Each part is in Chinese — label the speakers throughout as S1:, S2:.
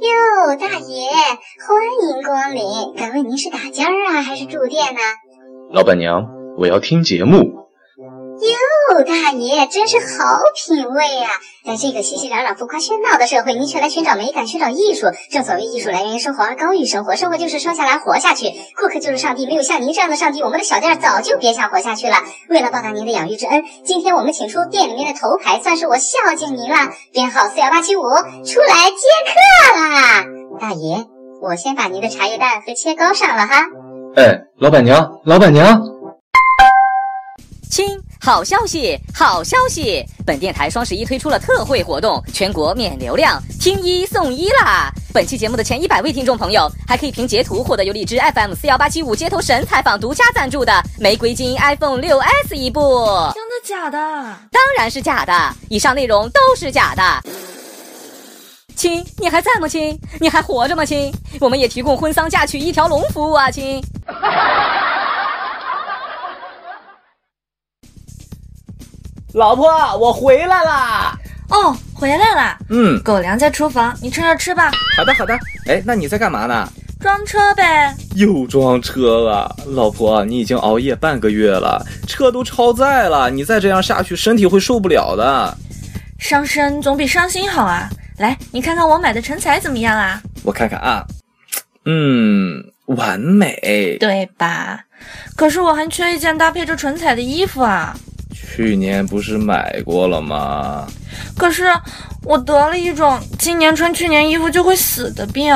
S1: 哟，哦大爷，欢迎光临！敢问您是打尖儿啊，还是住店呢、
S2: 老板娘，我要听节目。
S1: 哟，哦大爷，真是好品味呀、在这个熙熙攘攘、浮夸喧闹的社会，您却来寻找美感，寻找艺术。正所谓艺术来源于生活，而高于生活。生活就是生下来活下去，顾客就是上帝。没有像您这样的上帝，我们的小店儿早就别想活下去了。为了报答您的养育之恩，今天我们请出店里面的头牌，算是我孝敬您了。编号四幺八七五，出来接客啦！大爷，我先把您的茶叶蛋和切糕上了哈。
S2: 哎，老板娘，老板娘，
S3: 亲，好消息，好消息！本电台双十一推出了特惠活动，全国免流量，听一送一啦！本期节目的前一百位听众朋友，还可以凭截图获得由荔枝 FM 四幺八七五街头神采访独家赞助的玫瑰金 iPhone 六 S 一部。
S4: 真的假的？
S3: 当然是假的，以上内容都是假的。亲，你还在吗？亲，你还活着吗？亲，我们也提供婚丧嫁娶一条龙服务啊，亲。
S5: 老婆，我回来啦！
S4: 哦，回来啦！
S5: 嗯，
S4: 狗粮在厨房，你趁热吃吧。
S5: 好的好的。哎，那你在干嘛呢？
S4: 装车呗。
S5: 又装车了，老婆，你已经熬夜半个月了，车都超载了，你再这样下去，身体会受不了的。
S4: 伤身总比伤心好啊！来，你看看我买的成才怎么样啊？
S5: 我看看啊，嗯，完美。
S4: 对吧？可是我还缺一件搭配着唇彩的衣服啊。
S5: 去年不是买过了吗？
S4: 可是我得了一种今年穿去年衣服就会死的病。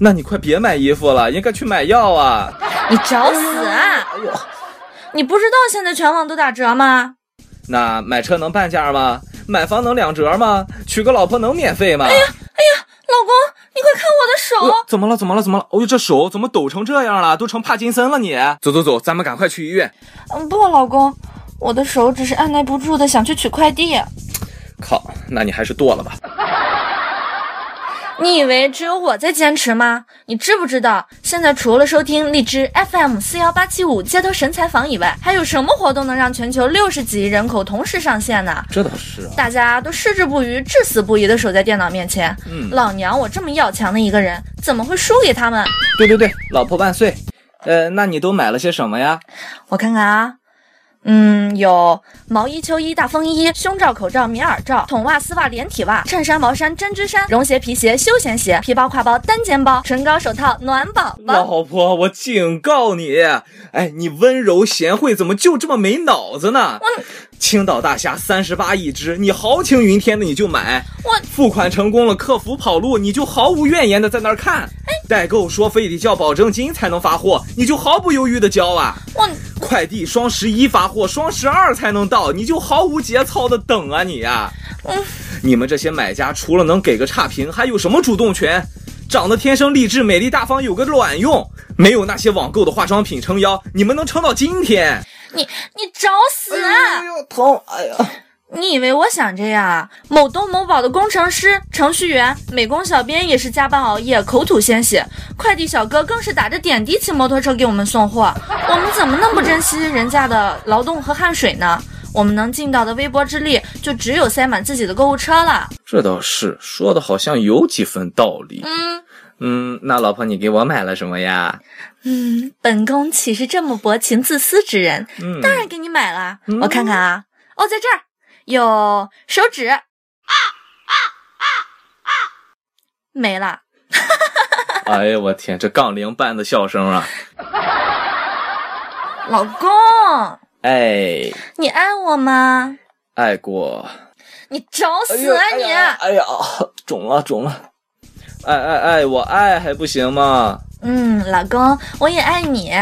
S5: 那你快别买衣服了，应该去买药啊。
S4: 你找死啊！
S5: 哎呦，
S4: 你不知道现在全网都打折吗？
S5: 那买车能半价吗？买房能两折吗？娶个老婆能免费吗？哎呀，
S4: 老公，你快看我的手！
S5: 怎么了？怎么了？怎么了？哦呦，这手怎么抖成这样了？都成帕金森了你！走走走，咱们赶快去医院。
S4: 嗯，不，老公，我的手只是按耐不住的想去取快递。
S5: 靠，那你还是剁了吧。
S4: 你以为只有我在坚持吗？你知不知道，现在除了收听荔枝 FM 四幺八七五街头神采访以外，还有什么活动能让全球六十几亿人口同时上线呢？
S5: 这倒是啊，
S4: 大家都矢志不渝、至死不渝地守在电脑面前。
S5: 嗯，
S4: 老娘我这么要强的一个人，怎么会输给他们？
S5: 对对对，老婆万岁。呃，那你都买了些什么呀？
S4: 我看看啊，嗯，有毛衣、秋衣、大风衣、胸罩、口罩、棉耳罩、筒袜、丝袜、连体袜、衬衫、毛衫、针织衫、绒鞋、皮鞋、休闲鞋、皮包、挎包、单肩包、唇膏、手套、暖宝宝。
S5: 老婆，我警告你，哎，你温柔贤惠怎么就这么没脑子呢？青岛大虾三十八一只，你豪情云天的你就买，
S4: 我
S5: 付款成功了，客服跑路，你就毫无怨言的在那儿看，代购说非得叫保证金才能发货，你就毫不犹豫的交啊。
S4: 我
S5: 快递双十一发货，双十二才能到，你就毫无节操的等啊你呀、
S4: 嗯
S5: 你们这些买家除了能给个差评，还有什么主动权？长得天生丽质、美丽大方有个卵用？没有那些网购的化妆品撑腰，你们能撑到今天？
S4: 你你找死啊！
S5: 呦，疼！哎呀，
S4: 你以为我想这样啊？某东某宝的工程师、程序员、美工小编也是加班熬夜，口吐鲜血。快递小哥更是打着点滴骑摩托车给我们送货。我们怎么那么珍惜人家的劳动和汗水呢？我们能尽到的微薄之力，就只有塞满自己的购物车了。
S5: 这倒是说的好像有几分道理。
S4: 嗯
S5: 嗯，那老婆，你给我买了什么呀？
S4: 嗯，本宫岂是这么薄情自私之人？
S5: 嗯，
S4: 当然给你买了，我看看啊。哦，在这儿有手指，没了。
S5: 哎呀，我天，这杠铃般的笑声啊！
S4: 老公，
S5: 哎，
S4: 你爱我吗？
S5: 爱过。
S4: 你找
S5: 哎
S4: 死
S5: 呦
S4: 啊
S5: 哎
S4: 你！
S5: 呀哎呀， 肿了肿了！爱爱爱，我爱还不行吗？
S4: 嗯，老公，我也爱你，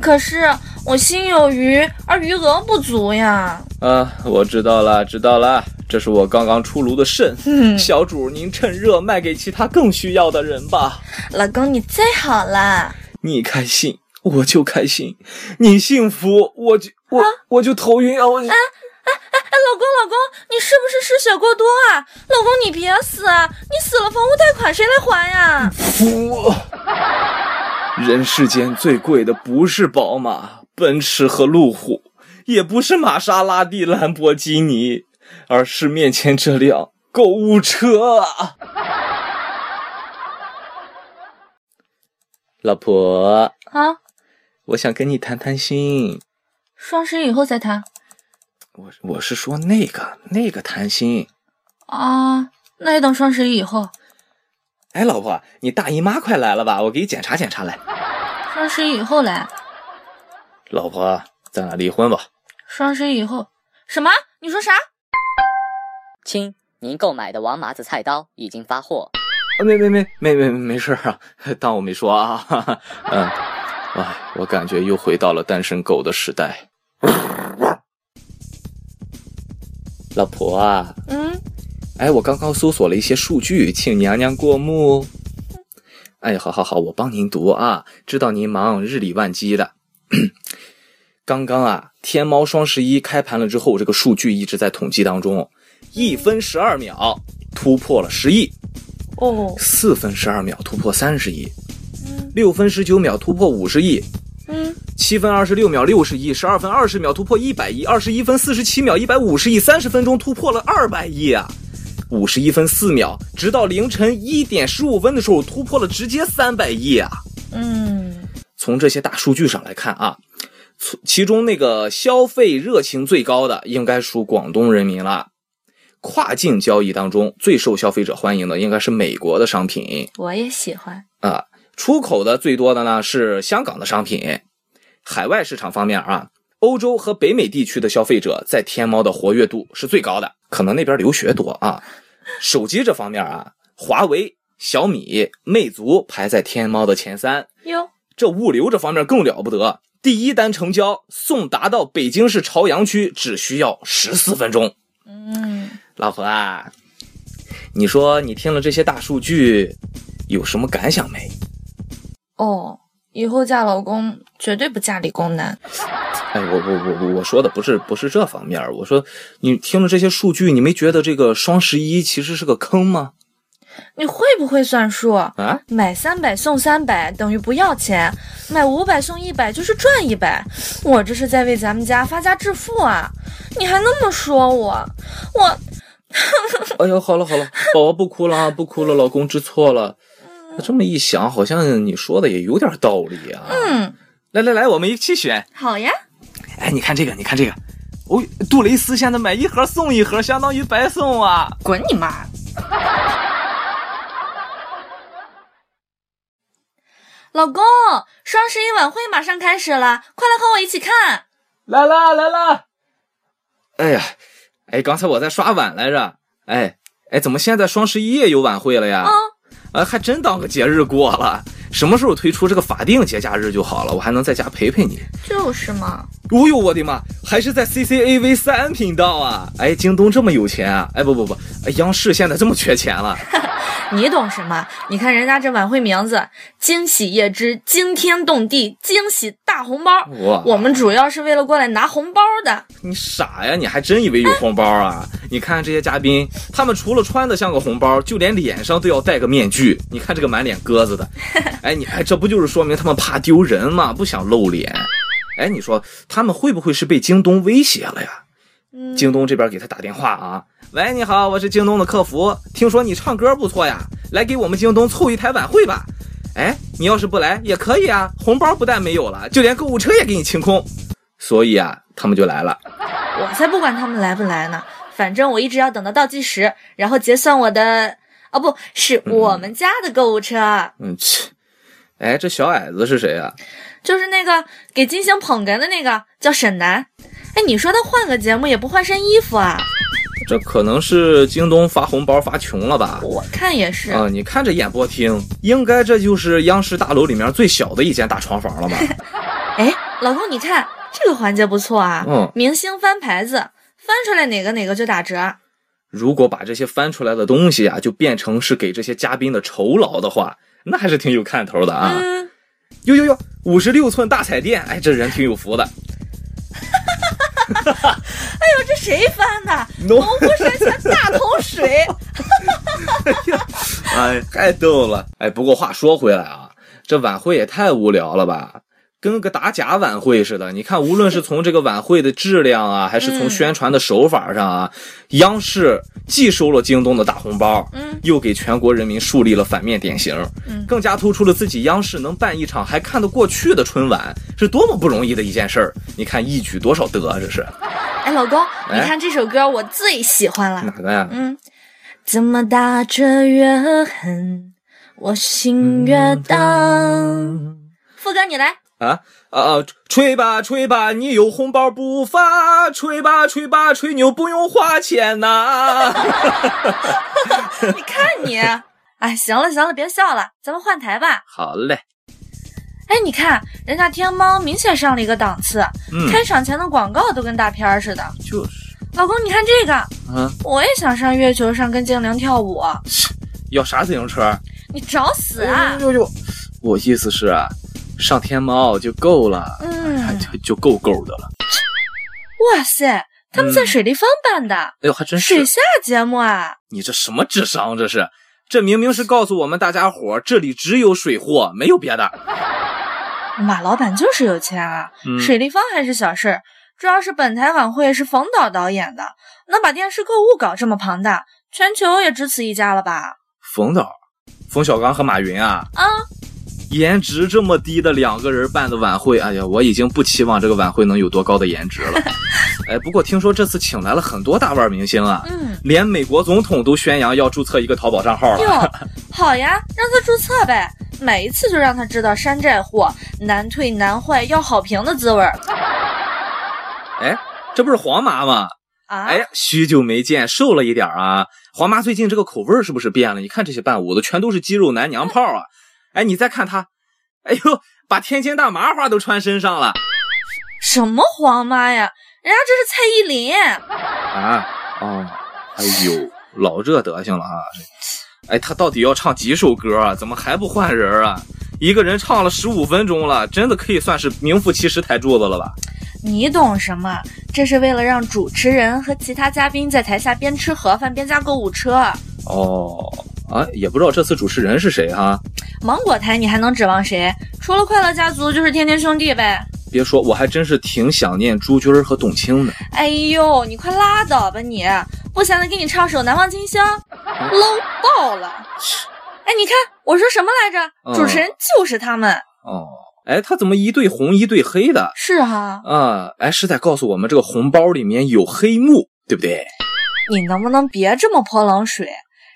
S4: 可是我心有余而余额不足呀。
S5: 啊，我知道了，知道了，这是我刚刚出炉的肾。
S4: 嗯，
S5: 小主，您趁热卖给其他更需要的人吧。
S4: 老公你最好哎啦。
S5: 你开心，我就开心；你幸福，我就我、我就头晕啊！我就
S4: 哎，老公，老公，你是不是失血过多啊？老公，你别死啊！你死了，房屋贷款谁来还呀？
S5: 服。人世间最贵的不是宝马、奔驰和路虎，也不是玛莎拉蒂、兰博基尼，而是面前这辆购物车啊！老婆，
S4: 啊，
S5: 我想跟你谈谈心。
S4: 双十一以后再谈
S5: 我我是说那个那个谈心。
S4: 啊，那也等双十一以后。
S5: 哎，老婆，你大姨妈快来了吧？我给你检查检查来。
S4: 双十一以后来，
S5: 老婆，咱俩离婚吧。
S4: 双十一以后，什么？你说啥？
S3: 亲，您购买的王麻子菜刀已经发货。
S5: 啊没没没没没没事儿啊，当我没说啊。 哈哈嗯，哎，我感觉又回到了单身狗的时代。老婆啊，
S4: 嗯，
S5: 哎，我刚刚搜索了一些数据，请娘娘过目哦。哎，好好好，我帮您读啊，知道您忙，日理万机的。刚刚啊，天猫双十一开盘了之后，这个数据一直在统计当中，一分十二秒突破了十亿。
S4: 哦，
S5: 四分十二秒突破三十亿，六分十九秒突破五十亿，
S4: 嗯，
S5: 七分二十六秒六十亿，十二分二十秒突破一百亿，二十一分四十七秒一百五十亿，三十分钟突破了二百亿啊！五十一分四秒，直到凌晨一点十五分的时候突破了直接三百亿啊！
S4: 嗯，
S5: 从这些大数据上来看啊，从其中那个消费热情最高的应该属广东人民了。跨境交易当中最受消费者欢迎的应该是美国的商品，
S4: 我也喜欢。
S5: 啊，出口的最多的呢是香港的商品。海外市场方面啊，欧洲和北美地区的消费者在天猫的活跃度是最高的，可能那边留学多啊。手机这方面啊，华为、小米、魅族排在天猫的前三。
S4: 哟，
S5: 这物流这方面更了不得，第一单成交送达到北京市朝阳区只需要十四分钟。
S4: 嗯，
S5: 老婆啊，你说你听了这些大数据，有什么感想没？
S4: 哦，以后嫁老公绝对不嫁理工男。
S5: 哎，我我我我我说的不是不是这方面儿，我说你听了这些数据，你没觉得这个双十一其实是个坑吗？
S4: 你会不会算数？
S5: 啊，
S4: 买三百送三百等于不要钱，买五百送一百就是赚一百。我这是在为咱们家发家致富啊！你还那么说我，我
S5: 哎呦，好了好了，宝宝不哭了啊，不哭了，老公知错了。这么一想，好像你说的也有点道理啊。
S4: 嗯，
S5: 来来来，我们一起选。
S4: 好呀，
S5: 哎，你看这个，你看这个，哦，杜蕾斯现在买一盒送一盒，相当于白送啊。
S4: 滚你妈！老公，双十一晚会马上开始了，快来和我一起看。
S5: 来啦来啦！哎呀，哎，刚才我在刷碗来着。哎哎，怎么现在双十一也有晚会了呀？
S4: 嗯
S5: 啊，还真当个节日过了。什么时候推出这个法定节假日就好了，我还能在家陪陪你。
S4: 就是嘛，
S5: 哦呦，我的妈！还是在 CCAV 三频道啊！哎，京东这么有钱啊！哎，不不不，哎央视现在这么缺钱了。
S4: 你懂什么？你看人家这晚会名字“惊喜夜之惊天动地惊喜大红包”，
S5: 哇，
S4: 我们主要是为了过来拿红包的。
S5: 你傻呀？你还真以为有红包啊？你看这些嘉宾，他们除了穿的像个红包，就连脸上都要戴个面具。你看这个满脸鸽子的，哎，你哎，这不就是说明他们怕丢人吗？不想露脸。哎，你说他们会不会是被京东威胁了呀？
S4: 嗯
S5: 京东这边给他打电话啊，喂，你好，我是京东的客服，听说你唱歌不错呀，来给我们京东凑一台晚会吧。哎，你要是不来也可以啊，红包不但没有了，就连购物车也给你清空。所以啊，他们就来了。
S4: 嗯我才不管他们来不来呢，反正我一直要等到倒计时，然后结算我的。哦，不是我们家的购物车，
S5: 嗯，切，哎，这小矮子是谁啊？
S4: 就是那个给金星捧哏的那个，叫沈南。哎，你说他换个节目也不换身衣服啊？
S5: 这可能是京东发红包发穷了吧？
S4: 我看也是。
S5: 啊、你看这演播厅，应该这就是央视大楼里面最小的一间大床 房了吧？
S4: 哎，老公，你看这个环节不错啊，
S5: 嗯
S4: 明星翻牌子，翻出来哪个哪个就打折。
S5: 如果把这些翻出来的东西啊，就变成是给这些嘉宾的酬劳的话，那还是挺有看头的啊！
S4: 嗯，
S5: 哟哟哟，五十六寸大彩电，哎，这人挺有福的。
S4: 哟，这谁翻的？
S5: 农
S4: 农夫山泉大桶水。
S5: 哎，太逗了！哎，不过话说回来啊，这晚会也太无聊了吧？跟个打假晚会似的。你看，无论是从这个晚会的质量 啊，还是从
S4: 嗯
S5: 宣传的手法上啊，央视既收了京东的大红包，
S4: 嗯，
S5: 又给全国人民树立了反面典型，
S4: 嗯
S5: 更加突出了自己央视能办一场还看得过去的春晚是多么不容易的一件事儿。你看一举多少得啊，这是
S4: 哎，老公，
S5: 哎
S4: 你看这首歌我最喜欢了。
S5: 哪个呀？
S4: 嗯，怎么打着月痕，我心越荡。
S5: 嗯
S4: 副歌你来，
S5: 啊啊啊！吹吧吹吧，你有红包不发？吹吧吹吧，吹牛不用花钱呐、
S4: 你看你， 哎，行了行了，别笑了，咱们换台吧。
S5: 好嘞，
S4: 哎，你看人家天猫明显上了一个档次，
S5: 嗯，
S4: 开场前的广告都跟大片儿似的。
S5: 就是
S4: 老公，你看这个，
S5: 啊，
S4: 我也想上月球上跟精灵跳舞，
S5: 要啥自行车？
S4: 你找死啊！
S5: 呦呦呦！我意思是啊，上天猫就够了，哎
S4: 嗯，
S5: 就就够够的了。
S4: 哇塞，他们在水立方办的、
S5: 哎呦，还真是
S4: 水下节目啊！
S5: 你这什么智商？这是，这明明是告诉我们大家伙儿，这里只有水货，没有别的。
S4: 马老板就是有钱啊，
S5: 嗯
S4: 水立方还是小事儿。主要是本台晚会是冯导导演的，能把电视购物搞这么庞大，全球也只此一家了吧？
S5: 冯导、冯小刚和马云啊，
S4: 啊，
S5: 颜值这么低的两个人办的晚会，哎呀，我已经不期望这个晚会能有多高的颜值 了。哎，不过听说这次请来了很多大腕明星啊，
S4: 嗯，
S5: 连美国总统都宣扬要注册一个淘宝账号
S4: 哟
S5: 了。，
S4: 好呀，让他注册呗，每一次就让他知道山寨货难退难坏要好评的滋味儿
S5: 哎，这不是黄妈吗？
S4: 啊！
S5: 哎呀，许久没见，瘦了一点儿啊。黄妈最近这个口味儿是不是变了？你看这些伴舞的全都是肌肉男娘炮啊！哎，你再看她，哎呦，把天津大麻花都穿身上了
S4: 什么黄妈呀？人家这是蔡依林，
S5: 啊！哦，哎呦，老这德行了啊！哎，她到底要唱几首歌啊？怎么还不换人儿啊？一个人唱了十五分钟了，真的可以算是名副其实抬柱子了吧？
S4: 你懂什么？这是为了让主持人和其他嘉宾在台下边吃盒饭边加购物车。
S5: 哦，啊，也不知道这次主持人是谁哈、
S4: 芒果台你还能指望谁？除了快乐家族就是天天兄弟呗。
S5: 别说，我还真是挺想念朱军儿和董卿的。
S4: 哎呦，你快拉倒吧你！不闲的给你唱首《难忘今宵》，low 爆了。哎，你看我说什么来着？
S5: 嗯
S4: 主持人就是他们。
S5: 哦，哎，他怎么一对红一对黑的？
S4: 是哈、
S5: 啊，哎，是在告诉我们这个红包里面有黑幕，对不对？
S4: 你能不能别这么泼冷水？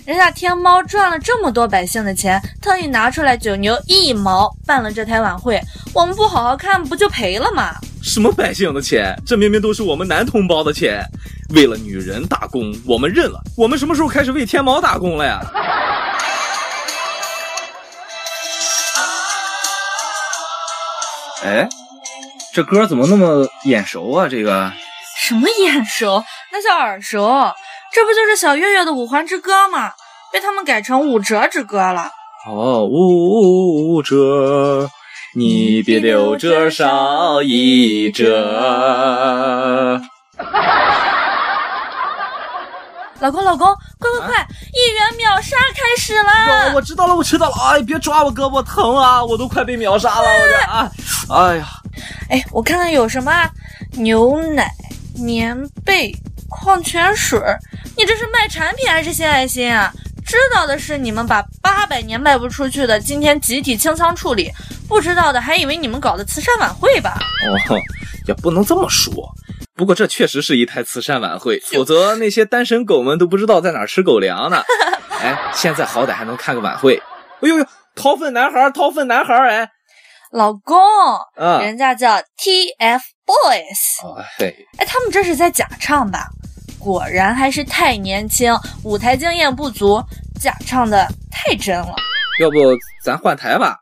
S4: 人家天猫赚了这么多百姓的钱，特意拿出来九牛一毛办了这台晚会，我们不好好看不就赔了吗？
S5: 什么百姓的钱？这明明都是我们男同胞的钱。为了女人打工，我们认了。我们什么时候开始为天猫打工了呀？哎，这歌怎么那么眼熟啊？这个
S4: 什么眼熟？那叫耳熟，这不就是小岳岳的《五环之歌》吗？被他们改成《五折之歌》了。
S5: 哦，五折，你别六折少一折。
S4: 老公，老公，快快快！一元秒杀开始啦！
S5: 哦，我知道了，我知道了，哎，别抓我胳膊疼啊，我都快被秒杀了，我这啊，哎呀，
S4: 哎，我看看有什么啊牛奶、棉被、矿泉水儿。你这是卖产品还是献爱心啊？知道的是你们把八百年卖不出去的今天集体清仓处理，不知道的还以为你们搞的慈善晚会吧？
S5: 哦，也不能这么说。不过这确实是一台慈善晚会，否则那些单身狗们都不知道在哪儿吃狗粮呢。哎，现在好歹还能看个晚会。哎呦呦，掏粪男孩儿，掏粪男孩儿，哎，
S4: 老公，
S5: 啊，
S4: 人家叫 TFBOYS，
S5: 哦嘿，
S4: 哎，他们这是在假唱吧？果然还是太年轻，舞台经验不足，假唱的太真了。
S5: 要不咱换台吧？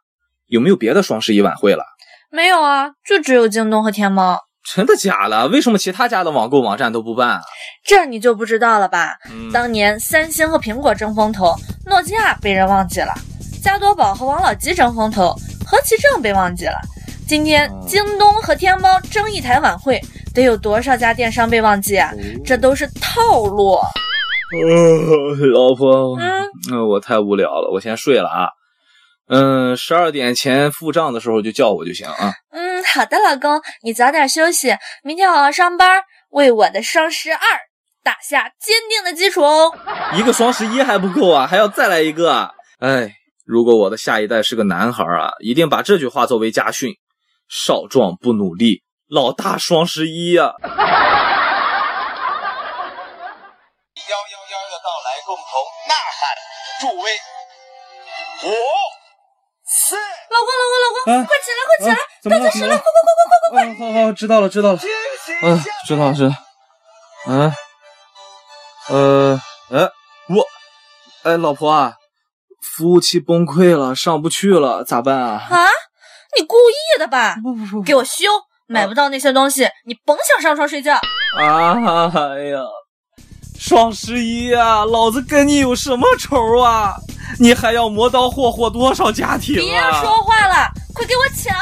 S5: 有没有别的双十一晚会了？
S4: 没有啊，就只有京东和天猫，
S5: 真的假的？为什么其他家的网购网站都不办啊？
S4: 这你就不知道了吧？
S5: 嗯
S4: 当年三星和苹果争风头，诺基亚被人忘记了；加多宝和王老吉争风头，何其正被忘记了。今天
S5: 哦
S4: 京东和天猫争一台晚会，得有多少家电商被忘记啊？这都是套路。
S5: 呃，老婆，
S4: 嗯，
S5: 嗯，我太无聊了，我先睡了啊。嗯，十二点前付账的时候就叫我就行啊。
S4: 嗯，好的，老公，你早点休息，明天好好上班，为我的双十二打下坚定的基础哦。
S5: 一个双十一还不够啊，还要再来一个啊！哎，如果我的下一代是个男孩啊，一定把这句话作为家训：少壮不努力，老大双十一呀、啊！
S6: 幺幺幺的到来，共同呐喊助威。五、四、
S4: 老公，老公，老公，
S5: 啊
S4: 快起来，快起来，
S5: 怎么
S4: 到
S5: 了？
S4: 家
S5: 怎
S4: 时
S5: 么
S4: 了，
S5: 了
S4: 快快快快快快快！
S5: 嗯，好好，知道了，知道了。嗯，知道了，知道了。嗯，呃，哎，我，哎，老婆啊，服务器崩溃了，上不去了，咋办啊？
S4: 啊，你故意的吧？
S5: 不不不
S4: 给我修！买不到那些东西，你甭想上床睡觉。
S5: 啊！ 哎呀，双十一啊，老子跟你有什么仇啊？你还要磨刀霍霍多少家庭啊？
S4: 别说话了，快给我抢！